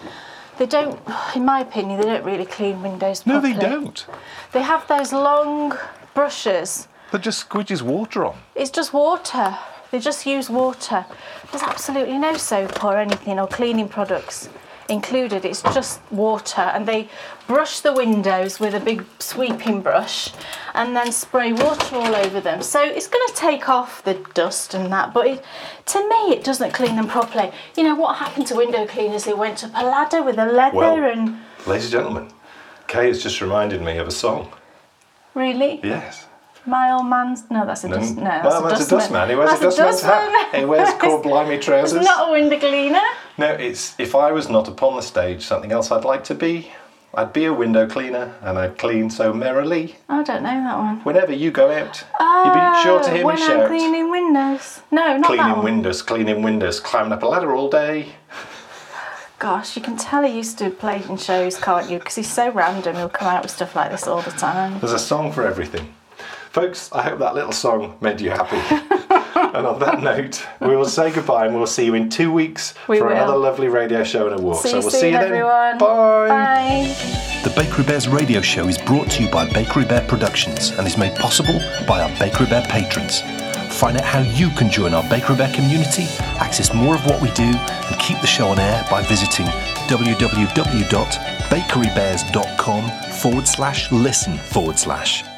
Speaker 2: they don't, in my opinion, they don't really clean windows
Speaker 1: No,
Speaker 2: properly.
Speaker 1: they don't.
Speaker 2: They have those long brushes.
Speaker 1: That just squidges water on.
Speaker 2: It's just water. They just use water. There's absolutely no soap or anything or cleaning products included. It's just water. And they brush the windows with a big sweeping brush and then spray water all over them. So it's going to take off the dust and that. But it, to me, it doesn't clean them properly. You know, what happened to window cleaners who went up a ladder with a leather
Speaker 1: Well-
Speaker 2: and
Speaker 1: Ladies and gentlemen, Kay has just reminded me of a song.
Speaker 2: really?
Speaker 1: Yes.
Speaker 2: My old man's no, that's a
Speaker 1: No,
Speaker 2: dust. No, that's
Speaker 1: well,
Speaker 2: a
Speaker 1: that's a
Speaker 2: dustman.
Speaker 1: dustman. He wears a
Speaker 2: That's
Speaker 1: dustman's hat.
Speaker 2: dustman.
Speaker 1: He wears called blimey
Speaker 2: It's
Speaker 1: trousers.
Speaker 2: not a window cleaner.
Speaker 1: No, it's if I was not upon the stage, something else I'd like to be. I'd be a window cleaner and I'd clean so merrily.
Speaker 2: I don't know that one.
Speaker 1: Whenever you go out, you'd
Speaker 2: Oh,
Speaker 1: be sure to hear
Speaker 2: when
Speaker 1: me
Speaker 2: I'm
Speaker 1: shout.
Speaker 2: cleaning windows. No, not that
Speaker 1: Cleaning
Speaker 2: one.
Speaker 1: windows, cleaning windows, climbing up a ladder all day.
Speaker 2: Gosh, you can tell he used to play in shows, can't you? Because he's so random. He'll come out with stuff like this all the time.
Speaker 1: There's a song for everything. Folks, I hope that little song made you happy. and on that note, we will say goodbye and we'll see you in two weeks
Speaker 2: We
Speaker 1: for
Speaker 2: will.
Speaker 1: another lovely radio show and a walk.
Speaker 2: See
Speaker 1: so
Speaker 2: you
Speaker 1: we'll
Speaker 2: soon,
Speaker 1: see you
Speaker 2: everyone.
Speaker 1: then. Bye.
Speaker 2: Bye.
Speaker 3: The Bakery Bears radio show is brought to you by Bakery Bear Productions and is made possible by our Bakery Bear patrons. Find out how you can join our Bakery Bear community, access more of what we do, and keep the show on air by visiting www.bakerybears.com forward slash listen forward slash.